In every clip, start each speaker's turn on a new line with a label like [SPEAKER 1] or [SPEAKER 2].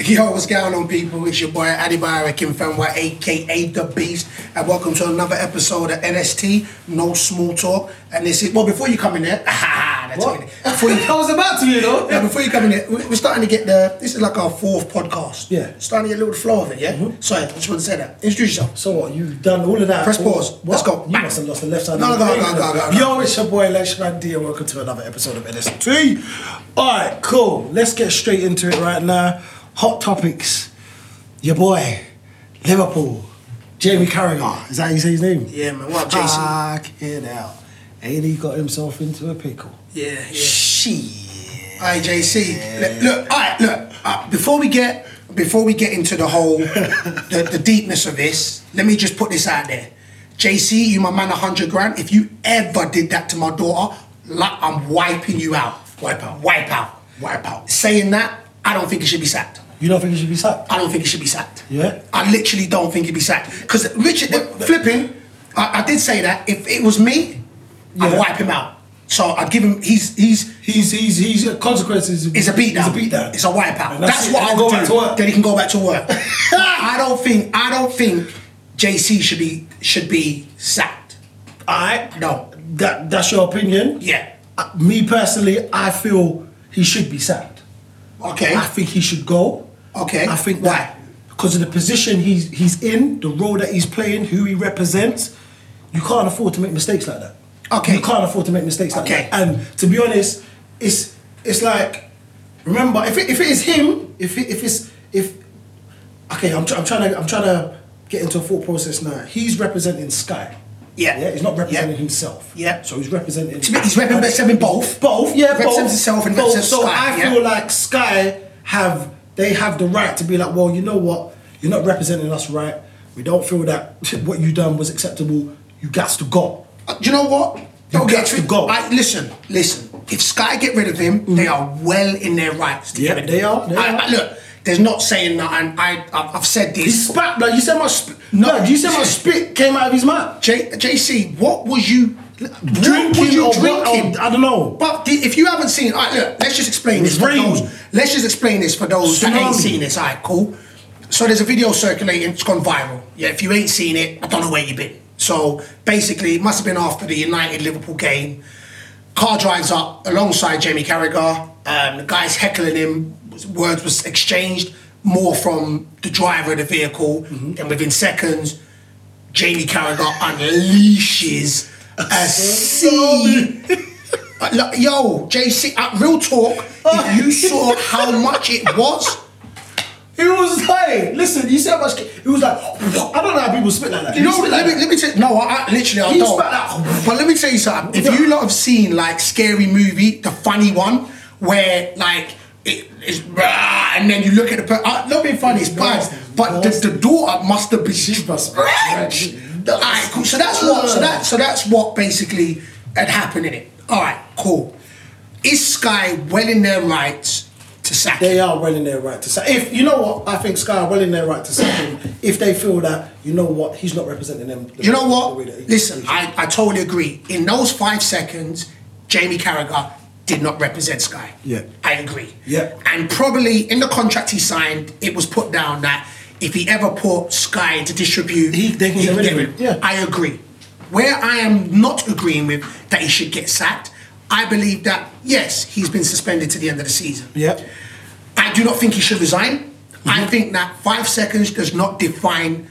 [SPEAKER 1] Yo, what's going on, people? It's your boy Adibara Kimfenwa, aka The Beast, and welcome to another episode of NST No Small Talk. And this is well, before you come in there, that's
[SPEAKER 2] What?
[SPEAKER 1] it. Before you,
[SPEAKER 2] I was about to, you know.
[SPEAKER 1] yeah, before you come in there, we- we're starting to get the. This is like our fourth podcast.
[SPEAKER 3] Yeah.
[SPEAKER 1] starting to get a little flow of it. Yeah. Sorry, I just want to say that. Introduce yourself.
[SPEAKER 3] So what? You've done all of that.
[SPEAKER 1] Press
[SPEAKER 3] all-
[SPEAKER 1] pause.
[SPEAKER 3] What?
[SPEAKER 1] Let's go.
[SPEAKER 3] You
[SPEAKER 1] Bang.
[SPEAKER 3] must have lost the left side.
[SPEAKER 1] No,
[SPEAKER 3] of
[SPEAKER 1] no,
[SPEAKER 3] the
[SPEAKER 1] no,
[SPEAKER 3] page.
[SPEAKER 1] no, no, no, no.
[SPEAKER 3] Yo, it's your boy Leishman D, and welcome to another episode of NST. All right, cool. Let's get straight into it right now. Hot topics. Your boy, Liverpool, Jamie Carragher. Is that how you say his name?
[SPEAKER 1] Yeah, man. What up, Jason?
[SPEAKER 3] Fuck it out. Ain't he got himself into a pickle?
[SPEAKER 1] yeah, yeah.
[SPEAKER 3] Shit.
[SPEAKER 1] Hi JC. Look, look, all right, look. Uh, before we get before we get into the whole the, the deepness of this, let me just put this out there. JC, you my man, a hundred grand. If you ever did that to my daughter, like I'm wiping you out. Wipe out. Wipe out. Wipe out. Saying that, I don't think it should be sacked.
[SPEAKER 3] You don't think he should be sacked?
[SPEAKER 1] I don't think he should be sacked.
[SPEAKER 3] Yeah?
[SPEAKER 1] I literally don't think he'd be sacked. Because Richard, flipping, I, I did say that. If it was me, I'd
[SPEAKER 3] Yeah.
[SPEAKER 1] wipe him out. So I'd give him, he's, he's,
[SPEAKER 3] He's, he's, he's, consequences.
[SPEAKER 1] it's a beatdown.
[SPEAKER 3] It's a beatdown.
[SPEAKER 1] It's a wipeout.
[SPEAKER 3] And that's
[SPEAKER 1] That's,
[SPEAKER 3] it.
[SPEAKER 1] what
[SPEAKER 3] And
[SPEAKER 1] I
[SPEAKER 3] go
[SPEAKER 1] would
[SPEAKER 3] back
[SPEAKER 1] do.
[SPEAKER 3] to work.
[SPEAKER 1] Then he can go back to work. I don't think. I don't think JC should be should be sacked.
[SPEAKER 3] All right.
[SPEAKER 1] No.
[SPEAKER 3] That, that's your opinion?
[SPEAKER 1] Yeah.
[SPEAKER 3] Uh, me personally, I feel he should be sacked.
[SPEAKER 1] Okay.
[SPEAKER 3] I think he should go.
[SPEAKER 1] Okay.
[SPEAKER 3] I think
[SPEAKER 1] Why?
[SPEAKER 3] that because of the position he's he's in, the role that he's playing, who he represents, you can't afford to make mistakes like that.
[SPEAKER 1] Okay.
[SPEAKER 3] You can't afford to make mistakes like
[SPEAKER 1] Okay.
[SPEAKER 3] that. And to be honest, it's it's like remember if it, if it is him, if it, if it's if okay, I'm, tr- I'm trying to I'm trying to get into a thought process now. He's representing Sky.
[SPEAKER 1] Yeah.
[SPEAKER 3] Yeah. He's not representing
[SPEAKER 1] Yeah.
[SPEAKER 3] himself.
[SPEAKER 1] Yeah.
[SPEAKER 3] So he's representing.
[SPEAKER 1] To me, he's representing both.
[SPEAKER 3] Both. Yeah.
[SPEAKER 1] Represents
[SPEAKER 3] both.
[SPEAKER 1] himself and
[SPEAKER 3] both.
[SPEAKER 1] represents
[SPEAKER 3] So
[SPEAKER 1] Sky,
[SPEAKER 3] I
[SPEAKER 1] yeah.
[SPEAKER 3] feel like Sky have they have the right to be like, well, you know what? You're not representing us right. We don't feel that what you done was acceptable. You got to go.
[SPEAKER 1] Uh, Do you know what?
[SPEAKER 3] You
[SPEAKER 1] Don't
[SPEAKER 3] got
[SPEAKER 1] get
[SPEAKER 3] to
[SPEAKER 1] twi-
[SPEAKER 3] go. Mm-hmm.
[SPEAKER 1] I, listen, listen. If Sky get rid of him, they are well in their rights. to
[SPEAKER 3] Yeah,
[SPEAKER 1] get rid of
[SPEAKER 3] they
[SPEAKER 1] him.
[SPEAKER 3] are, they
[SPEAKER 1] I-
[SPEAKER 3] are.
[SPEAKER 1] I- look, there's not saying that, and I, I've, I've said this.
[SPEAKER 3] He spat. Like you said, much. Sp- no, you said much spit came out of his mouth.
[SPEAKER 1] J, JC, what was you drinking? What
[SPEAKER 3] Drinking
[SPEAKER 1] was you
[SPEAKER 3] or what-
[SPEAKER 1] drinking?
[SPEAKER 3] or- I don't know.
[SPEAKER 1] But the- if you haven't seen, all right, look, let's just explain this for
[SPEAKER 3] Rain.
[SPEAKER 1] those. Let's just explain this for those that ain't
[SPEAKER 3] Tsunami.
[SPEAKER 1] seen this. All right, cool. So there's a video circulating. It's gone viral. Yeah, if you ain't seen it, I don't know where you've been. So basically, it must have been after the United Liverpool game. Car drives up alongside Jamie Carragher. Um, the guy's heckling him. Words was exchanged more from the driver of the vehicle.
[SPEAKER 3] Mm-hmm.
[SPEAKER 1] And within seconds, Jamie Carragher unleashes a sea. Uh, look, Yo, JC, uh, real talk. If you saw how much it was,
[SPEAKER 3] He was like, listen, you said much. ca- He was like, I don't know how people spit like that.
[SPEAKER 1] you know.
[SPEAKER 3] He spit
[SPEAKER 1] Let
[SPEAKER 3] like
[SPEAKER 1] me let me tell. No, I, I literally I
[SPEAKER 3] You
[SPEAKER 1] don't.
[SPEAKER 3] spat out.
[SPEAKER 1] But let me tell you something. If you lot have seen like scary movie, the funny one where like it is, and then you look at the per- uh, not being funny, it's bad. But the, the daughter must have been.
[SPEAKER 3] She must-
[SPEAKER 1] Right. Alright, cool. So that's what. So that. So that's what basically had happened in it. All right, cool. Is Sky well in their rights to sack? him?
[SPEAKER 3] They are well in their right to sack. If you know what I think, Sky are well in their right to sack him. If they feel that you know what he's not representing them. the-
[SPEAKER 1] You know what?
[SPEAKER 3] the way that he-
[SPEAKER 1] Listen, I, I totally agree. In those five seconds, Jamie Carragher did not represent Sky.
[SPEAKER 3] Yeah.
[SPEAKER 1] I agree.
[SPEAKER 3] Yeah.
[SPEAKER 1] And probably in the contract he signed, it was put down that if he ever put Sky to distribute,
[SPEAKER 3] He- they can get rid of him. Yeah.
[SPEAKER 1] I agree. Where I am not agreeing with that he should get sacked, I believe that, yes, he's been suspended to the end of the season.
[SPEAKER 3] Yeah. Mm-hmm.
[SPEAKER 1] I do not think he should resign. I think that five seconds does not define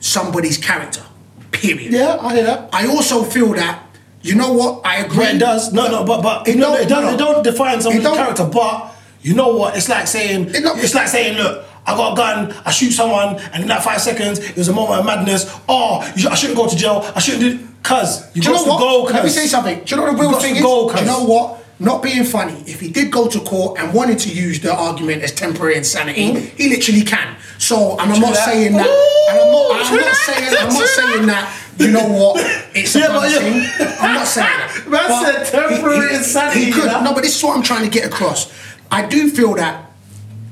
[SPEAKER 1] somebody's character. Period.
[SPEAKER 3] Yeah, I hear that.
[SPEAKER 1] I also feel that you know what I agree.
[SPEAKER 3] But it does. No, no, but but
[SPEAKER 1] It
[SPEAKER 3] it, no,
[SPEAKER 1] don't-
[SPEAKER 3] it does.
[SPEAKER 1] no.
[SPEAKER 3] It don't define someone's
[SPEAKER 1] don't-
[SPEAKER 3] character. But you know what? It's like saying
[SPEAKER 1] It don't-
[SPEAKER 3] it's like saying, look, I got a gun. I shoot someone, and in that five seconds, it was a moment of madness. Oh, you, sh- I shouldn't go to jail. I shouldn't do. Cause you
[SPEAKER 1] Do you
[SPEAKER 3] got
[SPEAKER 1] know
[SPEAKER 3] to go.
[SPEAKER 1] what? Let me
[SPEAKER 3] cuz.
[SPEAKER 1] say something. Do you know what the
[SPEAKER 3] You
[SPEAKER 1] real
[SPEAKER 3] got
[SPEAKER 1] thing
[SPEAKER 3] to
[SPEAKER 1] is?
[SPEAKER 3] go,
[SPEAKER 1] do you
[SPEAKER 3] cuz.
[SPEAKER 1] know what? Not being funny. If he did go to court and wanted to use the argument as temporary insanity, he literally can. So, and I'm not
[SPEAKER 3] Mm. that.
[SPEAKER 1] saying that. And I'm not. I'm
[SPEAKER 3] Ooh,
[SPEAKER 1] not
[SPEAKER 3] true
[SPEAKER 1] saying.
[SPEAKER 3] that.
[SPEAKER 1] I'm not
[SPEAKER 3] True that.
[SPEAKER 1] saying that. You know what? It's a
[SPEAKER 3] Yeah,
[SPEAKER 1] bad
[SPEAKER 3] but yeah.
[SPEAKER 1] thing. I'm not saying that.
[SPEAKER 3] Man
[SPEAKER 1] But
[SPEAKER 3] said temporary
[SPEAKER 1] he- he-
[SPEAKER 3] insanity,
[SPEAKER 1] He could.
[SPEAKER 3] you know?
[SPEAKER 1] No, but this is what I'm trying to get across. I do feel that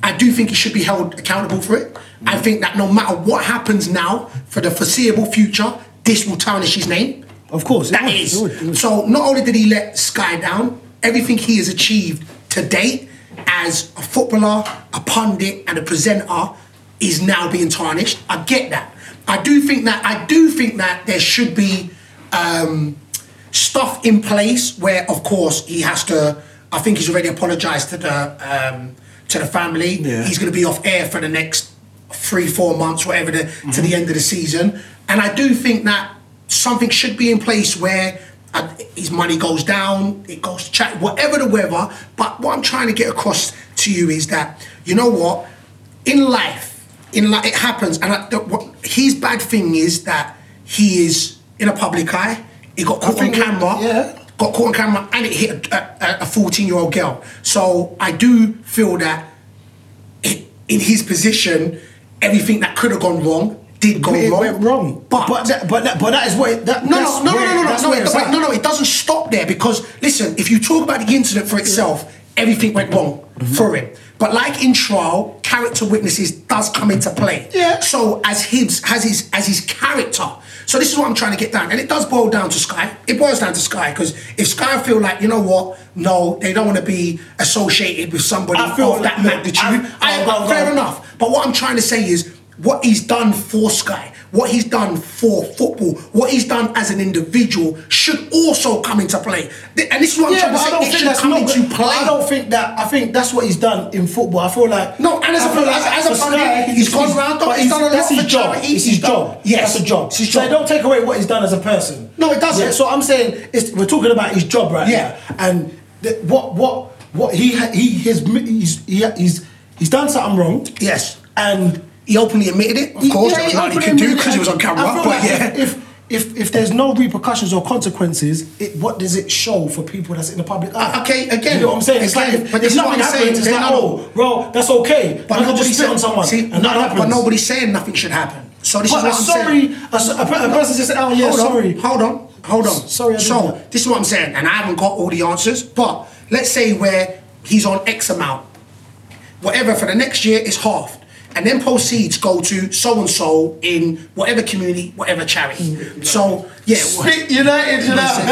[SPEAKER 1] I do think he should be held accountable for it. I think that no matter what happens now, for the foreseeable future, this will tarnish his name.
[SPEAKER 3] Of course, it
[SPEAKER 1] that
[SPEAKER 3] would,
[SPEAKER 1] is.
[SPEAKER 3] it would, it would.
[SPEAKER 1] So not only did he let Sky down, everything he has achieved to date, as a footballer, a pundit, and a presenter is now being tarnished. I get that. I do think that I do think that there should be um, stuff in place where, of course, he has to. I think he's already apologised to the um, to the family.
[SPEAKER 3] Yeah.
[SPEAKER 1] He's going to be off air for the next three, four months, whatever, the, to the end of the season. And I do think that something should be in place where uh, his money goes down, it goes to chat, whatever the weather. But what I'm trying to get across to you is that you know what, in life, in life, it happens. And I, the, what, his bad thing is that he is in a public eye. He got caught on
[SPEAKER 3] think-
[SPEAKER 1] camera
[SPEAKER 3] yeah.
[SPEAKER 1] got caught on camera and it hit a- a 14 year old girl. So I do feel that i- in his position, everything that could have gone wrong did go
[SPEAKER 3] It
[SPEAKER 1] wrong.
[SPEAKER 3] went wrong.
[SPEAKER 1] But,
[SPEAKER 3] but that, but that, but that is what it, that,
[SPEAKER 1] no,
[SPEAKER 3] that's
[SPEAKER 1] no, no,
[SPEAKER 3] where-
[SPEAKER 1] no, no, no,
[SPEAKER 3] that's
[SPEAKER 1] no,
[SPEAKER 3] where
[SPEAKER 1] it,
[SPEAKER 3] it's
[SPEAKER 1] wait,
[SPEAKER 3] at.
[SPEAKER 1] no, no, it doesn't stop there because listen, if you talk about the incident for itself, everything went wrong
[SPEAKER 3] Mm-hmm.
[SPEAKER 1] for him. But like in trial, character witnesses does come into play.
[SPEAKER 3] Yeah.
[SPEAKER 1] So as Hibbs has his as his character. So this is what I'm trying to get down, and it does boil down to Sky. It boils down to Sky because if Sky feel like you know what, no, they don't want to be associated with somebody
[SPEAKER 3] I feel
[SPEAKER 1] of that
[SPEAKER 3] like-
[SPEAKER 1] magnitude.
[SPEAKER 3] I-
[SPEAKER 1] I-
[SPEAKER 3] I'll go-
[SPEAKER 1] fair
[SPEAKER 3] go.
[SPEAKER 1] enough enough. But what I'm trying to say is what he's done for Sky, what he's done for football, what he's done as an individual should also come into play. Th- And this is what I'm
[SPEAKER 3] Yeah, but I
[SPEAKER 1] trying
[SPEAKER 3] don't
[SPEAKER 1] to say. It
[SPEAKER 3] think
[SPEAKER 1] should
[SPEAKER 3] that's
[SPEAKER 1] come
[SPEAKER 3] not.
[SPEAKER 1] into play.
[SPEAKER 3] I don't think that. I think that's what he's done in football. I feel like
[SPEAKER 1] No, and as a-
[SPEAKER 3] I feel
[SPEAKER 1] as a- as a
[SPEAKER 3] for
[SPEAKER 1] pundit, he's gone round,
[SPEAKER 3] but
[SPEAKER 1] he's done a
[SPEAKER 3] that's
[SPEAKER 1] lot
[SPEAKER 3] his
[SPEAKER 1] for
[SPEAKER 3] job.
[SPEAKER 1] charity,
[SPEAKER 3] It's
[SPEAKER 1] he's
[SPEAKER 3] his
[SPEAKER 1] done-
[SPEAKER 3] job.
[SPEAKER 1] Yes.
[SPEAKER 3] that's a job.
[SPEAKER 1] It's his
[SPEAKER 3] So
[SPEAKER 1] job.
[SPEAKER 3] don't take away what he's done as a person.
[SPEAKER 1] No, it doesn't.
[SPEAKER 3] Yeah, so I'm saying it's, we're talking about his job right
[SPEAKER 1] Yeah.
[SPEAKER 3] now, and the, what what what he ha- he his mi- he's he, he's he's done something wrong,
[SPEAKER 1] Yes.
[SPEAKER 3] and
[SPEAKER 1] He openly admitted it. Of course, there was nothing he could do because he was on camera.
[SPEAKER 3] I feel
[SPEAKER 1] But
[SPEAKER 3] like
[SPEAKER 1] yeah.
[SPEAKER 3] If, if if there's no repercussions or consequences, it, what does it show for people that's in the public eye?
[SPEAKER 1] Uh, okay, again,
[SPEAKER 3] you know what I'm saying? It's
[SPEAKER 1] again,
[SPEAKER 3] like if,
[SPEAKER 1] but
[SPEAKER 3] if
[SPEAKER 1] this is what
[SPEAKER 3] nothing
[SPEAKER 1] I'm
[SPEAKER 3] happens,
[SPEAKER 1] saying,
[SPEAKER 3] it's
[SPEAKER 1] they
[SPEAKER 3] like,
[SPEAKER 1] know.
[SPEAKER 3] oh, bro, that's okay. But I can just sit on someone
[SPEAKER 1] see,
[SPEAKER 3] and that
[SPEAKER 1] no,
[SPEAKER 3] happens.
[SPEAKER 1] but nobody's saying nothing should happen. So this is what
[SPEAKER 3] But a
[SPEAKER 1] I'm
[SPEAKER 3] sorry,
[SPEAKER 1] saying.
[SPEAKER 3] a so- a, per- a person just said, oh yeah,
[SPEAKER 1] hold
[SPEAKER 3] sorry.
[SPEAKER 1] On, hold on, hold on.
[SPEAKER 3] Sorry, I didn't know.
[SPEAKER 1] So this is what I'm saying, and I haven't got all the answers. But let's say where he's on X amount, whatever for the next year is halved, and then proceeds go to so and so in whatever community, whatever charity. So yeah. wha-
[SPEAKER 3] Spit United,
[SPEAKER 1] Mm-hmm.
[SPEAKER 3] you
[SPEAKER 1] Man said,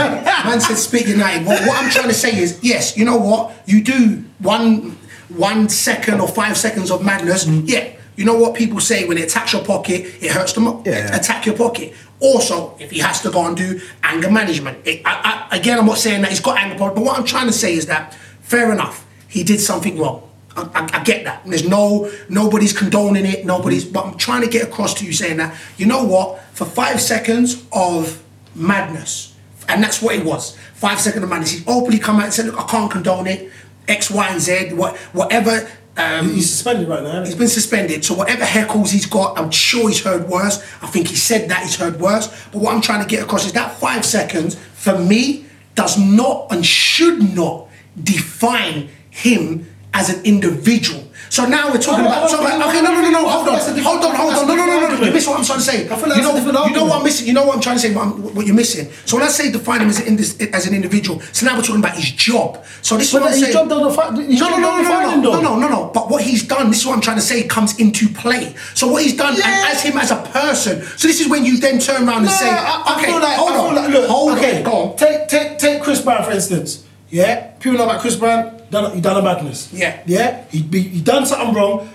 [SPEAKER 3] know.
[SPEAKER 1] man said speak United. Well, what I'm trying to say is, yes, you know what? You do one one second or five seconds of madness. Yeah. You know what people say when it attacks your pocket, it hurts them up.
[SPEAKER 3] Yeah.
[SPEAKER 1] Attack your pocket. Also, if he has to go and do anger management, it, I, I, again, I'm not saying that he's got anger problem, but what I'm trying to say is that, fair enough, he did something wrong. I, I, I get that. There's no nobody's condoning it. Nobody's. But I'm trying to get across to you saying that you know what? For five seconds of madness, and that's what it was. Five seconds of madness. He openly come out and said, "Look, I can't condone it. X, Y, and Z. What, whatever." Um,
[SPEAKER 3] He's suspended right now.
[SPEAKER 1] He's
[SPEAKER 3] isn't he?
[SPEAKER 1] been suspended, so whatever heckles he's got, I'm sure he's heard worse. I think he said that he's heard worse. But what I'm trying to get across is that five seconds, for me, does not and should not define him as an individual. So now we're talking
[SPEAKER 3] I
[SPEAKER 1] about.
[SPEAKER 3] don't
[SPEAKER 1] So
[SPEAKER 3] think-
[SPEAKER 1] like, okay, no, no, no, no,
[SPEAKER 3] I
[SPEAKER 1] hold
[SPEAKER 3] feel
[SPEAKER 1] on,
[SPEAKER 3] that's a different-
[SPEAKER 1] hold on, hold
[SPEAKER 3] that's a
[SPEAKER 1] on, no, no, no, no,
[SPEAKER 3] different
[SPEAKER 1] no. You miss what I'm trying to say?
[SPEAKER 3] I feel that's
[SPEAKER 1] you
[SPEAKER 3] a
[SPEAKER 1] know,
[SPEAKER 3] different
[SPEAKER 1] you know
[SPEAKER 3] argument.
[SPEAKER 1] what I'm missing. You know what I'm trying to say. What, I'm, what you're missing. So when I say define him as an, indis- as an individual, so now we're talking about his job. So this is
[SPEAKER 3] But
[SPEAKER 1] what I'm
[SPEAKER 3] his
[SPEAKER 1] saying.
[SPEAKER 3] job doesn't fi- his
[SPEAKER 1] no,
[SPEAKER 3] job
[SPEAKER 1] no, no,
[SPEAKER 3] doesn't define
[SPEAKER 1] no,
[SPEAKER 3] him,
[SPEAKER 1] no,
[SPEAKER 3] though.
[SPEAKER 1] no, no, no, no. But what he's done, this is what I'm trying to say, comes into play. So what he's done,
[SPEAKER 3] Yeah.
[SPEAKER 1] and as him as a person. So this is when you then turn around and
[SPEAKER 3] No,
[SPEAKER 1] say,
[SPEAKER 3] I, I
[SPEAKER 1] okay,
[SPEAKER 3] feel like,
[SPEAKER 1] hold
[SPEAKER 3] I feel
[SPEAKER 1] on,
[SPEAKER 3] like- look,
[SPEAKER 1] hold
[SPEAKER 3] okay,
[SPEAKER 1] on, go on.
[SPEAKER 3] Take, take, take Chris Brown for instance. Yeah, people know about Chris Brown. Done, he done a madness.
[SPEAKER 1] Yeah.
[SPEAKER 3] yeah. He, be- he done something wrong.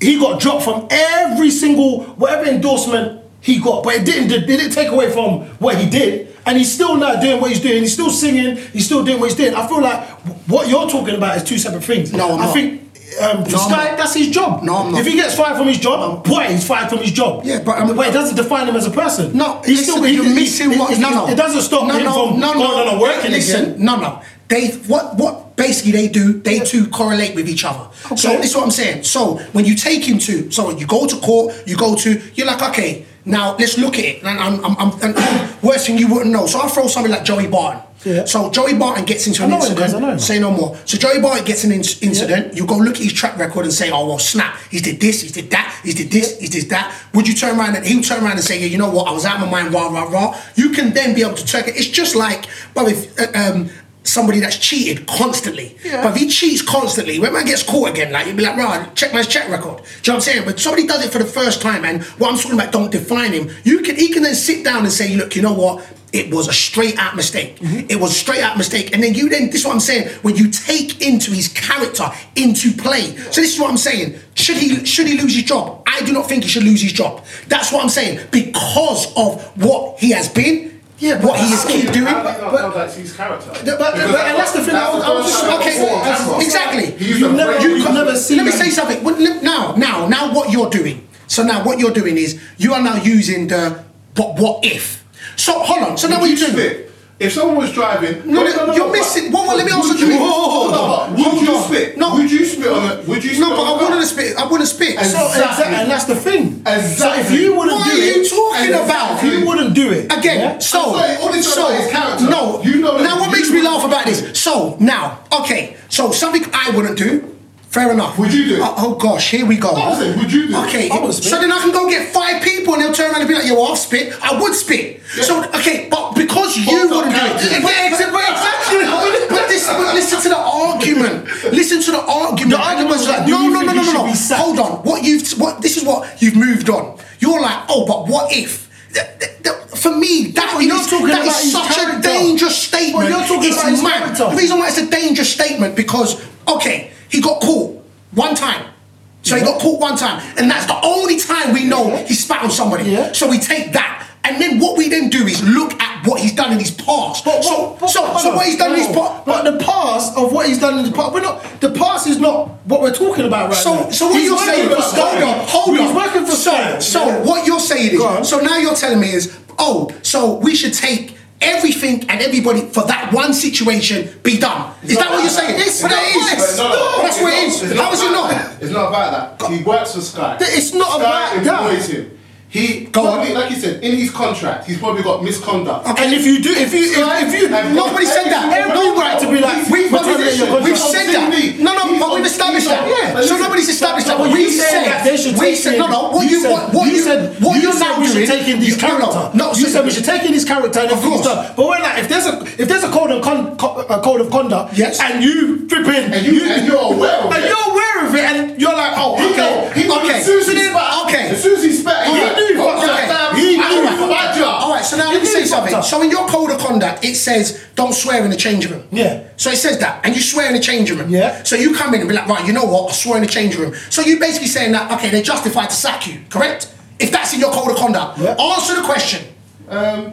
[SPEAKER 3] He got dropped from every single whatever endorsement he got, but it didn't it didn't take away from what he did. And he's still now doing what he's doing. He's still singing. He's still doing what he's doing. I feel like what you're talking about is two separate things.
[SPEAKER 1] No, I'm
[SPEAKER 3] I
[SPEAKER 1] not.
[SPEAKER 3] think um, for
[SPEAKER 1] No, I'm
[SPEAKER 3] Sky,
[SPEAKER 1] not.
[SPEAKER 3] that's his job.
[SPEAKER 1] No, I'm not.
[SPEAKER 3] If he gets fired from his job, boy, he's fired from his job.
[SPEAKER 1] Yeah, but I'm-
[SPEAKER 3] but it doesn't define him as a person.
[SPEAKER 1] No,
[SPEAKER 3] he's
[SPEAKER 1] listen,
[SPEAKER 3] still he,
[SPEAKER 1] you're
[SPEAKER 3] he-
[SPEAKER 1] missing
[SPEAKER 3] it-
[SPEAKER 1] what.
[SPEAKER 3] It,
[SPEAKER 1] no, no,
[SPEAKER 3] it doesn't stop
[SPEAKER 1] no,
[SPEAKER 3] him
[SPEAKER 1] no,
[SPEAKER 3] from
[SPEAKER 1] no, no,
[SPEAKER 3] going on and working
[SPEAKER 1] listen,
[SPEAKER 3] again.
[SPEAKER 1] No, no. They what what basically they do. They two correlate with each other. So
[SPEAKER 3] Okay.
[SPEAKER 1] this is what I'm saying. So when you take him to, so you go to court, you go to, you're like, okay, now let's look at it. And I'm, I'm, I'm and worse thing you wouldn't know. So I will throw something like Joey Barton.
[SPEAKER 3] Yeah.
[SPEAKER 1] So Joey Barton gets into
[SPEAKER 3] I
[SPEAKER 1] an
[SPEAKER 3] know him, guys, I know him.
[SPEAKER 1] incident. Say no more. So Joey Barton gets an in- incident. You go look at his track record and say, oh well, snap. He did this. He did that. He did this. He did that. Would you turn around and he'll turn around and say, yeah, you know what? I was out of my mind. Rah rah rah. You can then be able to check it. It's just like, but if uh, um, somebody that's cheated constantly.
[SPEAKER 3] Yeah.
[SPEAKER 1] But if he cheats constantly, when man gets caught again, like you'd be like, right, check man's check record. Do you know what I'm saying? But somebody does it for the first time, and what I'm talking about don't define him. You can he can then sit down and say, look, you know what? It was a straight out mistake. It was a straight out mistake. And then you then this is what I'm saying, when you take into his character into play. So this is what I'm saying. Should he should he lose his job? I do not think he should lose his job. That's what I'm saying. Because of what he has been,
[SPEAKER 3] Yeah, but
[SPEAKER 1] what he is
[SPEAKER 3] that's-
[SPEAKER 1] keep doing.
[SPEAKER 2] How that not
[SPEAKER 3] but-
[SPEAKER 2] how that's his character?
[SPEAKER 3] but- but- and that's the thing I was- I was just-
[SPEAKER 1] Okay,
[SPEAKER 3] That's-
[SPEAKER 1] exactly.
[SPEAKER 2] He used
[SPEAKER 3] You've
[SPEAKER 2] a
[SPEAKER 3] never-
[SPEAKER 2] break.
[SPEAKER 3] you
[SPEAKER 2] He
[SPEAKER 3] can
[SPEAKER 2] used-
[SPEAKER 3] never see
[SPEAKER 1] Let me
[SPEAKER 3] that.
[SPEAKER 1] say something. Well, let- Now, now, now, what you're doing. So now, what you're doing is you are now using the but what if. So hold on. So now, what
[SPEAKER 2] Would
[SPEAKER 1] you
[SPEAKER 2] you
[SPEAKER 1] doing?
[SPEAKER 2] spit? If someone was driving,
[SPEAKER 1] No, no, you're missing- what- what- let me
[SPEAKER 2] Would
[SPEAKER 1] answer
[SPEAKER 2] you-
[SPEAKER 1] you.
[SPEAKER 2] Hold on, hold on.
[SPEAKER 1] Hold
[SPEAKER 2] Would you
[SPEAKER 1] on.
[SPEAKER 2] spit?
[SPEAKER 1] No.
[SPEAKER 2] Would you spit on a? Would you? spit
[SPEAKER 1] No, but
[SPEAKER 2] on
[SPEAKER 1] I
[SPEAKER 2] a-
[SPEAKER 1] wouldn't spit. I wouldn't spit.
[SPEAKER 3] So
[SPEAKER 1] So
[SPEAKER 3] exactly, and that's the thing. So if
[SPEAKER 2] Exactly.
[SPEAKER 3] you wouldn't
[SPEAKER 1] What
[SPEAKER 3] do
[SPEAKER 1] are
[SPEAKER 3] it,
[SPEAKER 1] you talking
[SPEAKER 3] Exactly.
[SPEAKER 1] about?
[SPEAKER 3] If you wouldn't do it
[SPEAKER 1] uh, again,
[SPEAKER 3] yeah?
[SPEAKER 1] so
[SPEAKER 2] I'm saying, all this
[SPEAKER 1] so
[SPEAKER 2] about his character.
[SPEAKER 1] no.
[SPEAKER 2] You know that
[SPEAKER 1] now, what
[SPEAKER 2] you-
[SPEAKER 1] makes me laugh about this? So now, okay. So something I wouldn't do. Fair enough.
[SPEAKER 2] Would you do it?
[SPEAKER 1] Oh, oh gosh, here we go.
[SPEAKER 2] I said, would you do it?
[SPEAKER 1] Okay,
[SPEAKER 3] I would
[SPEAKER 1] so
[SPEAKER 3] spit.
[SPEAKER 1] then I can go get five people and they'll turn around and be like, yo, I'll spit. I would spit. So, okay, but because you
[SPEAKER 2] Fucked up
[SPEAKER 1] wouldn't do it.
[SPEAKER 2] character.
[SPEAKER 1] Yeah, exa- but exactly. But, this, but listen to the argument. Listen to the argument.
[SPEAKER 3] The argument was like, do
[SPEAKER 1] no,
[SPEAKER 3] you
[SPEAKER 1] no, no,
[SPEAKER 3] think you
[SPEAKER 1] no, no,
[SPEAKER 3] should
[SPEAKER 1] no.
[SPEAKER 3] be sacked?
[SPEAKER 1] Hold on. What you've, what, this is what you've moved on. You're like, oh, but what if? Th- th- th- For me, that
[SPEAKER 3] you're
[SPEAKER 1] is-
[SPEAKER 3] talking
[SPEAKER 1] that
[SPEAKER 3] about
[SPEAKER 1] is
[SPEAKER 3] his
[SPEAKER 1] such a
[SPEAKER 3] character.
[SPEAKER 1] dangerous statement.
[SPEAKER 3] Well, you're talking
[SPEAKER 1] it's
[SPEAKER 3] about his
[SPEAKER 1] mad.
[SPEAKER 3] character.
[SPEAKER 1] The reason why it's a dangerous statement because okay, he got caught one time. So he got caught one time, and that's the only time we know he spat on somebody.
[SPEAKER 3] Yeah.
[SPEAKER 1] So we take that, and then what we then do is look at what he's done in his past.
[SPEAKER 3] But,
[SPEAKER 1] so,
[SPEAKER 3] but- but-
[SPEAKER 1] so,
[SPEAKER 3] hold
[SPEAKER 1] so
[SPEAKER 3] on,
[SPEAKER 1] what he's done in his
[SPEAKER 3] no.
[SPEAKER 1] past.
[SPEAKER 3] But the past of what he's done in the past, we're not. The past is not what we're talking about right
[SPEAKER 1] So,
[SPEAKER 3] now.
[SPEAKER 1] so what
[SPEAKER 3] He's
[SPEAKER 1] you're
[SPEAKER 3] working
[SPEAKER 1] saying?
[SPEAKER 3] for
[SPEAKER 1] Hold
[SPEAKER 3] Sky.
[SPEAKER 1] on, hold on.
[SPEAKER 3] He's working for
[SPEAKER 1] so,
[SPEAKER 3] Sky.
[SPEAKER 1] so
[SPEAKER 3] Yeah.
[SPEAKER 1] what you're saying
[SPEAKER 3] Go on.
[SPEAKER 1] is, so now you're telling me is, oh, so we should take everything and everybody for that one situation be done. Is that what you're saying? It's
[SPEAKER 3] not. It's
[SPEAKER 2] No, no,
[SPEAKER 1] Well, that's what it
[SPEAKER 2] it's
[SPEAKER 1] is.
[SPEAKER 2] not-
[SPEAKER 1] How is it
[SPEAKER 2] it's
[SPEAKER 1] not?
[SPEAKER 2] It's not about that. He works for Sky.
[SPEAKER 3] Th- it's not
[SPEAKER 2] Sky
[SPEAKER 3] about that.
[SPEAKER 2] employs him. He
[SPEAKER 1] Go on.
[SPEAKER 2] probably, like you said, in his contract, he's probably got misconduct.
[SPEAKER 3] And if you do, if you,
[SPEAKER 2] Sky
[SPEAKER 3] if, if you,
[SPEAKER 2] have got
[SPEAKER 1] Nobody said that.
[SPEAKER 2] every
[SPEAKER 3] No
[SPEAKER 2] single
[SPEAKER 3] right to be like,
[SPEAKER 2] he's-
[SPEAKER 3] we've
[SPEAKER 1] We've,
[SPEAKER 3] got to get your
[SPEAKER 1] we've,
[SPEAKER 3] contract.
[SPEAKER 1] we've said that. No, no,
[SPEAKER 2] He's
[SPEAKER 1] but
[SPEAKER 2] on-
[SPEAKER 1] we've established
[SPEAKER 2] he's on-
[SPEAKER 1] that.
[SPEAKER 2] yeah.
[SPEAKER 1] So nobody's established that.
[SPEAKER 3] But
[SPEAKER 1] But
[SPEAKER 3] you
[SPEAKER 1] we
[SPEAKER 3] said
[SPEAKER 1] said,
[SPEAKER 3] that they should
[SPEAKER 1] we
[SPEAKER 3] take
[SPEAKER 1] said,
[SPEAKER 3] in-
[SPEAKER 1] no, no. What
[SPEAKER 3] you
[SPEAKER 1] you,
[SPEAKER 3] said-
[SPEAKER 1] what, what
[SPEAKER 3] you
[SPEAKER 1] you,
[SPEAKER 3] said,
[SPEAKER 1] what
[SPEAKER 3] you
[SPEAKER 1] you're
[SPEAKER 3] said
[SPEAKER 1] now
[SPEAKER 3] we should
[SPEAKER 1] doing-
[SPEAKER 3] take in
[SPEAKER 1] No,
[SPEAKER 3] these
[SPEAKER 1] no,
[SPEAKER 3] character.
[SPEAKER 1] No,
[SPEAKER 3] you
[SPEAKER 1] so-
[SPEAKER 3] said we should take in these character and
[SPEAKER 1] Of
[SPEAKER 3] everything
[SPEAKER 1] course.
[SPEAKER 3] stuff. But we're like, if there's a if there's a code of con, co, a code of conduct,
[SPEAKER 1] Yes.
[SPEAKER 3] and you flip in,
[SPEAKER 2] And you- and you're aware of
[SPEAKER 3] and
[SPEAKER 2] it.
[SPEAKER 3] you're aware of it, and you're like, oh,
[SPEAKER 2] He
[SPEAKER 3] okay,
[SPEAKER 2] go- he go-
[SPEAKER 1] okay.
[SPEAKER 2] As soon as
[SPEAKER 1] So
[SPEAKER 2] he
[SPEAKER 1] then-
[SPEAKER 2] spat,
[SPEAKER 1] okay.
[SPEAKER 2] as soon as he spat, he
[SPEAKER 3] He
[SPEAKER 2] went,
[SPEAKER 3] knew he
[SPEAKER 2] "Oh,
[SPEAKER 3] fucked
[SPEAKER 2] shut
[SPEAKER 3] up.
[SPEAKER 2] down,
[SPEAKER 3] He knew
[SPEAKER 2] I do
[SPEAKER 3] he
[SPEAKER 2] my
[SPEAKER 3] fucked
[SPEAKER 2] job."
[SPEAKER 1] All right, so now let me
[SPEAKER 3] It
[SPEAKER 1] say
[SPEAKER 3] is
[SPEAKER 1] something.
[SPEAKER 3] fucked up.
[SPEAKER 1] So in your code of conduct, it says don't swear in the changing room.
[SPEAKER 3] Yeah.
[SPEAKER 1] So it says that, and you swear in the changing room.
[SPEAKER 3] Yeah.
[SPEAKER 1] So you come in and be like, right, you know what? I swear in the changing room. So you're basically saying that, okay, they're justified to sack you, correct? If that's in your code of conduct,
[SPEAKER 3] Yeah.
[SPEAKER 1] answer the question.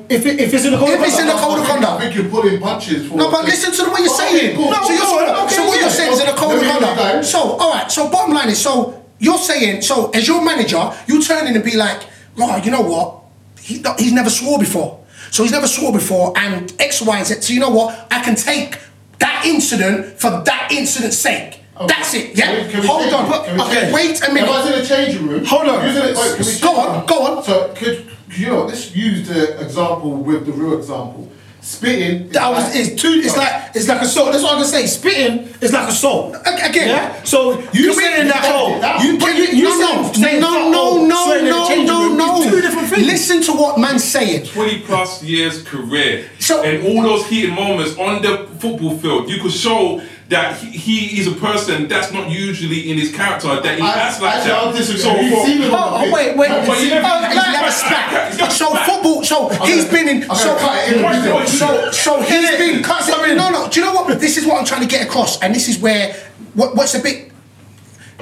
[SPEAKER 3] if it, if it's in the code
[SPEAKER 1] If
[SPEAKER 3] of
[SPEAKER 1] it's in the
[SPEAKER 3] conduct,
[SPEAKER 1] code of
[SPEAKER 2] I
[SPEAKER 1] conduct.
[SPEAKER 2] think you're pulling punches for.
[SPEAKER 1] No, but listen to what you're
[SPEAKER 2] Okay,
[SPEAKER 1] saying.
[SPEAKER 2] cool.
[SPEAKER 1] so, you're,
[SPEAKER 3] no, okay,
[SPEAKER 1] so what
[SPEAKER 3] yeah.
[SPEAKER 1] you're saying is in a code of
[SPEAKER 2] Let me go.
[SPEAKER 1] conduct. So, all right. So, bottom line is, so you're saying, so as your manager, you turn in and be like, "Right, you know what? He, he's never swore before, so he's never swore before, and X, Y, and Z. So you know what? I can take that incident for that incident's sake. That's it. Yeah.
[SPEAKER 2] Can we- can we
[SPEAKER 1] Hold
[SPEAKER 2] change
[SPEAKER 1] on.
[SPEAKER 2] it? Can we
[SPEAKER 1] okay.
[SPEAKER 2] change it?
[SPEAKER 1] Wait a
[SPEAKER 2] If I
[SPEAKER 1] minute.
[SPEAKER 2] was in a changing room.
[SPEAKER 3] Hold on.
[SPEAKER 2] using it- wait, can we
[SPEAKER 1] Go
[SPEAKER 2] change
[SPEAKER 1] on,
[SPEAKER 2] it?
[SPEAKER 1] go on.
[SPEAKER 2] So could you know? Let's use the example with the real example. Spitting. is
[SPEAKER 3] That was
[SPEAKER 2] like-
[SPEAKER 3] it's too. It's like it's like a soul. That's what I'm gonna say. Spitting is like a soul.
[SPEAKER 1] A- again.
[SPEAKER 3] yeah. So you
[SPEAKER 1] Can we-
[SPEAKER 3] saying that
[SPEAKER 2] that-
[SPEAKER 1] oh,
[SPEAKER 3] hole.
[SPEAKER 2] that-
[SPEAKER 3] You
[SPEAKER 1] But
[SPEAKER 3] you, you
[SPEAKER 1] no,
[SPEAKER 3] saying,
[SPEAKER 1] no, no,
[SPEAKER 3] oh,
[SPEAKER 1] no,
[SPEAKER 3] swearing in the
[SPEAKER 1] no,
[SPEAKER 3] changing
[SPEAKER 1] no,
[SPEAKER 3] room
[SPEAKER 1] no,
[SPEAKER 3] is Two different things.
[SPEAKER 1] Listen to what man's saying.
[SPEAKER 4] 20 plus years career.
[SPEAKER 1] So-
[SPEAKER 4] and all those heated moments on the football field, you could show that he, he is a person that's not usually in his character, that he
[SPEAKER 2] I-
[SPEAKER 4] acts like
[SPEAKER 2] actually, I'll
[SPEAKER 4] that.
[SPEAKER 2] disagree.
[SPEAKER 4] So
[SPEAKER 2] You've
[SPEAKER 4] for-
[SPEAKER 2] seen him on
[SPEAKER 1] Oh,
[SPEAKER 2] the
[SPEAKER 1] oh,
[SPEAKER 2] pitch.
[SPEAKER 1] wait, wait.
[SPEAKER 4] But you
[SPEAKER 1] oh,
[SPEAKER 4] never-
[SPEAKER 1] he's never
[SPEAKER 4] He's
[SPEAKER 1] spat.
[SPEAKER 4] never
[SPEAKER 1] So
[SPEAKER 4] spat.
[SPEAKER 1] football. So he's been in.
[SPEAKER 2] I'm
[SPEAKER 1] So
[SPEAKER 2] gonna cut it in the middle.
[SPEAKER 1] so so he's been. No, no. Do you know what? This is what I'm trying to get across, and this is where what, what's a bit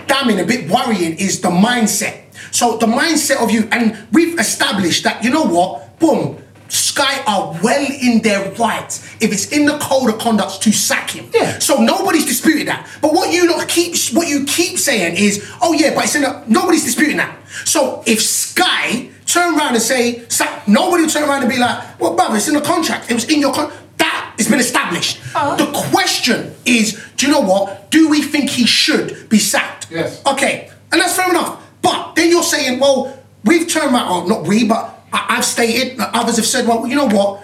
[SPEAKER 1] damning, a bit worrying is the mindset. So the mindset of you, and we've established that you know what, boom, Sky are well in their right if it's in the code of conduct to sack him.
[SPEAKER 3] Yeah.
[SPEAKER 1] So nobody's disputed that. But what you lot keep, what you keep saying is, oh yeah, but it's in the, nobody's disputing that. So if Sky turn around and say, sack, nobody will turn around and be like, well, brother, it's in the contract. It was in your contract. That has been established. The question is, do you know what? Do we think he should be sacked?
[SPEAKER 2] Yes.
[SPEAKER 1] Okay, and that's fair enough. But then you're saying, well, we've turned around, or not we, but I, I've stated, like others have said, well, you know what?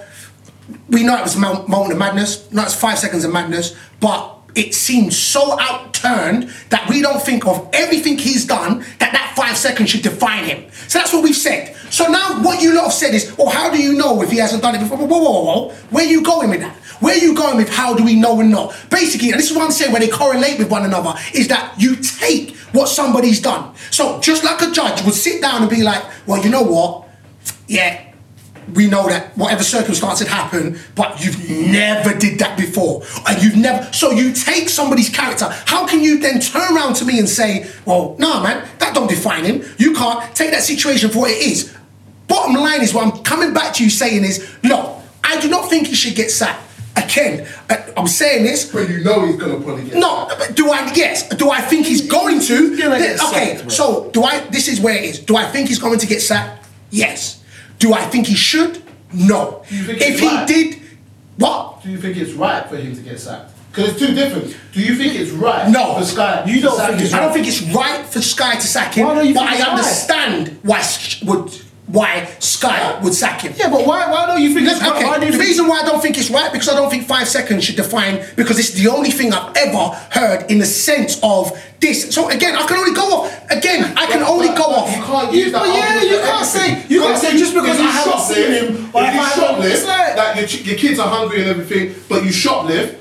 [SPEAKER 1] We know it was a mo- moment of madness, no, it's five seconds of madness, but it seems so outturned that we don't think of everything he's done that that five seconds should define him. So that's what we've said. So now what you lot have said is, oh, how do you know if he hasn't done it before? Whoa, whoa, whoa, whoa. Where are you going with that? Where you going with how do we know and not? Basically, and this is what I'm saying, where they correlate with one another, is that you take what somebody's done. So just like a judge would sit down and be like, well, you know what? Yeah, we know that whatever circumstance had happened, but you've never did that before. And you've never so you take somebody's character. How can you then turn around to me and say, well, nah man, that don't define him. You can't take that situation for what it is. Bottom line is what I'm coming back to you saying is, no, I do not think he should get sacked. Again, I- I'm saying this.
[SPEAKER 2] But you know he's gonna probably get.
[SPEAKER 1] No, but do I yes? Do I think he's going to?
[SPEAKER 3] gonna get
[SPEAKER 1] Th- okay,
[SPEAKER 3] sacked, bro.
[SPEAKER 1] so do I? This is where it is. Do I think he's going to get sacked? Yes. Do I think he should? No.
[SPEAKER 2] Do you think
[SPEAKER 1] If
[SPEAKER 2] he's
[SPEAKER 1] he
[SPEAKER 2] right?
[SPEAKER 1] did, what?
[SPEAKER 2] Do you think it's right for him to get sacked? Because it's too different. Do you think it's right?
[SPEAKER 1] No.
[SPEAKER 2] For Sky.
[SPEAKER 3] You don't
[SPEAKER 2] to sack
[SPEAKER 3] think
[SPEAKER 2] him?
[SPEAKER 3] it's
[SPEAKER 1] I don't think it's right for Sky to sack him,
[SPEAKER 3] Why don't you
[SPEAKER 1] but
[SPEAKER 3] think
[SPEAKER 1] I
[SPEAKER 3] it's right?
[SPEAKER 1] understand why Sh- would why Sky would sack him.
[SPEAKER 2] Yeah, but why? Why don't you think it's right? Why do
[SPEAKER 1] Okay,
[SPEAKER 2] you
[SPEAKER 1] the
[SPEAKER 2] think-
[SPEAKER 1] reason why I don't think it's right because I don't think five seconds should define because it's the only thing I've ever heard in the sense of this. So again, I can only go off. Again, I can only go off.
[SPEAKER 2] You can't
[SPEAKER 3] You-
[SPEAKER 2] use that.
[SPEAKER 3] but yeah,
[SPEAKER 2] argument
[SPEAKER 3] you
[SPEAKER 2] for
[SPEAKER 3] can't say-
[SPEAKER 2] everything.
[SPEAKER 3] you can't say just because
[SPEAKER 2] if you
[SPEAKER 3] I haven't
[SPEAKER 2] shoplift-
[SPEAKER 3] seen him,
[SPEAKER 2] If
[SPEAKER 3] or if
[SPEAKER 2] you
[SPEAKER 3] I haven't- it's
[SPEAKER 2] shoplift,
[SPEAKER 3] like-
[SPEAKER 2] like, your, ch- your kids are hungry and everything, but you shoplift,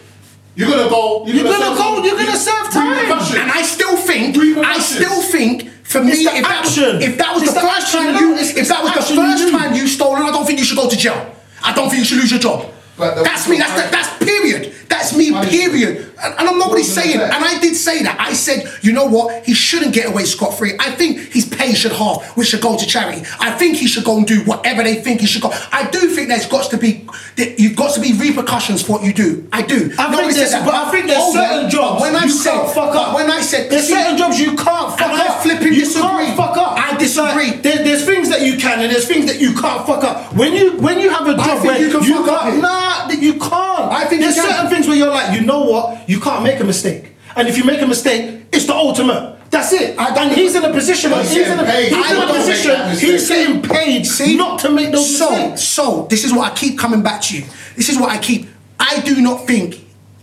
[SPEAKER 2] you're gonna go. You're,
[SPEAKER 3] You're gonna
[SPEAKER 2] serve
[SPEAKER 3] go-
[SPEAKER 2] some-
[SPEAKER 3] you're gonna serve time.
[SPEAKER 2] repercussions.
[SPEAKER 1] And I still think, I
[SPEAKER 2] Repercussions.
[SPEAKER 1] still think, for me,
[SPEAKER 3] It's the
[SPEAKER 1] if that, was,
[SPEAKER 3] action.
[SPEAKER 1] if that was
[SPEAKER 3] It's
[SPEAKER 1] the
[SPEAKER 3] the
[SPEAKER 1] first
[SPEAKER 3] action,
[SPEAKER 1] time
[SPEAKER 3] you
[SPEAKER 1] you,
[SPEAKER 3] know, it's-
[SPEAKER 1] if that was the
[SPEAKER 3] it's the action
[SPEAKER 1] first
[SPEAKER 3] you do.
[SPEAKER 1] time you stole, I don't think you should go to jail. I don't think you should lose your job.
[SPEAKER 2] But the-
[SPEAKER 1] that's me. That's the, that's period. That's me.
[SPEAKER 2] Punishment.
[SPEAKER 1] Period. And, and I'm nobody
[SPEAKER 2] Wasn't
[SPEAKER 1] saying.
[SPEAKER 2] fair.
[SPEAKER 1] And I did say that. I said, you know what? He shouldn't get away scot free. I think his pay should half, which should go to charity. I think he should go and do whatever they think he should go. I do think there's got to be, that you've got to be repercussions for what you do. I do.
[SPEAKER 3] I
[SPEAKER 1] Nobody
[SPEAKER 3] think
[SPEAKER 1] said
[SPEAKER 3] there's,
[SPEAKER 1] that.
[SPEAKER 3] but I think there's
[SPEAKER 1] Oh,
[SPEAKER 3] certain
[SPEAKER 1] but
[SPEAKER 3] jobs
[SPEAKER 1] When
[SPEAKER 3] you
[SPEAKER 1] I said,
[SPEAKER 3] can't fuck
[SPEAKER 1] but
[SPEAKER 3] up.
[SPEAKER 1] When I said,
[SPEAKER 3] there's
[SPEAKER 1] see,
[SPEAKER 3] certain jobs you can't fuck
[SPEAKER 1] And I
[SPEAKER 3] up.
[SPEAKER 1] flipping
[SPEAKER 3] you
[SPEAKER 1] disagree.
[SPEAKER 3] can't fuck up.
[SPEAKER 1] I
[SPEAKER 3] It's like,
[SPEAKER 1] disagree.
[SPEAKER 3] there- there's things that you can and there's things that you can't fuck up. When you when you have a job
[SPEAKER 1] think
[SPEAKER 3] where
[SPEAKER 1] you can fuck up
[SPEAKER 3] can't-
[SPEAKER 1] here.
[SPEAKER 3] nah, that you can't.
[SPEAKER 1] I think you
[SPEAKER 3] there's
[SPEAKER 1] can.
[SPEAKER 3] certain things where you're like, you know what, you can't make a mistake, and if you make a mistake, it's the ultimate. That's it. and he's in a position.
[SPEAKER 2] He's
[SPEAKER 3] He's, in a,
[SPEAKER 2] getting paid.
[SPEAKER 3] he's in
[SPEAKER 1] I
[SPEAKER 3] a
[SPEAKER 1] don't make
[SPEAKER 3] position.
[SPEAKER 2] that
[SPEAKER 3] He's
[SPEAKER 2] mistake.
[SPEAKER 3] getting paid not to make those
[SPEAKER 1] so,
[SPEAKER 3] mistakes.
[SPEAKER 1] so this is what I keep coming back to you. This is what I keep. I do not think.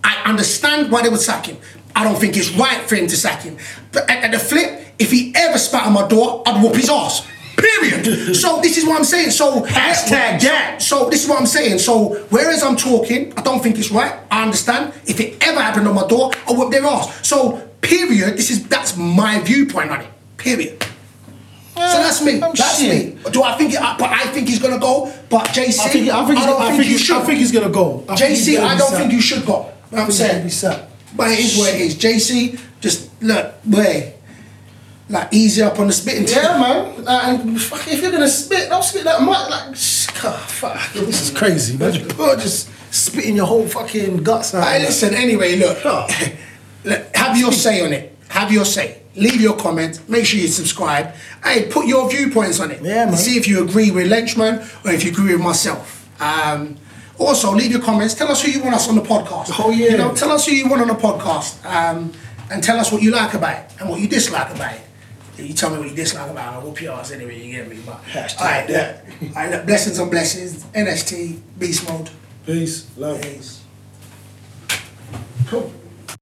[SPEAKER 1] I understand why they would sack him. I don't think it's right for him to sack him. But at, at the flip, if he ever spat on my door, I'd whoop his ass. Period. so this is what I'm saying. So
[SPEAKER 3] Hashtag that.
[SPEAKER 1] So this is what I'm saying. So whereas I'm talking, I don't think it's right. I understand. If it ever happened on my door, I whoop their ass. So period. This is that's my viewpoint on it. Period. So that's me.
[SPEAKER 3] I'm
[SPEAKER 1] that's
[SPEAKER 3] Oh, shit.
[SPEAKER 1] me. Do I think? It, but I think he's gonna go. But JC,
[SPEAKER 3] I think, I think, he's-
[SPEAKER 1] don't
[SPEAKER 3] I
[SPEAKER 1] think,
[SPEAKER 3] think
[SPEAKER 1] you
[SPEAKER 3] he's-
[SPEAKER 1] should.
[SPEAKER 3] I think he's gonna go. I think he's
[SPEAKER 1] JC,
[SPEAKER 3] gonna
[SPEAKER 1] I
[SPEAKER 3] be
[SPEAKER 1] don't
[SPEAKER 3] sacked.
[SPEAKER 1] think you should go. Know what I'm
[SPEAKER 3] he's gonna
[SPEAKER 1] saying.
[SPEAKER 3] be sacked.
[SPEAKER 1] But it is what it is. JC, just look, way, like easy up on the spitting.
[SPEAKER 3] Yeah, man. Like, and fuck, if you're gonna spit, don't spit that much. Like, sh- ah, fuck. This is crazy, man. You're just spitting your whole fucking guts out.
[SPEAKER 1] Hey, listen. Anyway, look, look, have your say on it. Have your say. Leave your comments. Make sure you subscribe. Hey, put your viewpoints on it.
[SPEAKER 3] Yeah, man.
[SPEAKER 1] See if you agree with Lenchman or if you agree with myself. Um, also, leave your comments. Tell us who you want us on the podcast.
[SPEAKER 3] Oh, yeah.
[SPEAKER 1] You know, tell us who you want on the podcast, um, and tell us what you like about it and what you dislike about it. You tell me what you dislike about, it, I'll whoop your ass anyway. You get me? But
[SPEAKER 3] Hashtag
[SPEAKER 1] all right,
[SPEAKER 3] that.
[SPEAKER 1] look. all right, look, blessings on blessings. NST beast mode.
[SPEAKER 3] Peace. Love.
[SPEAKER 1] Peace.
[SPEAKER 2] Cool.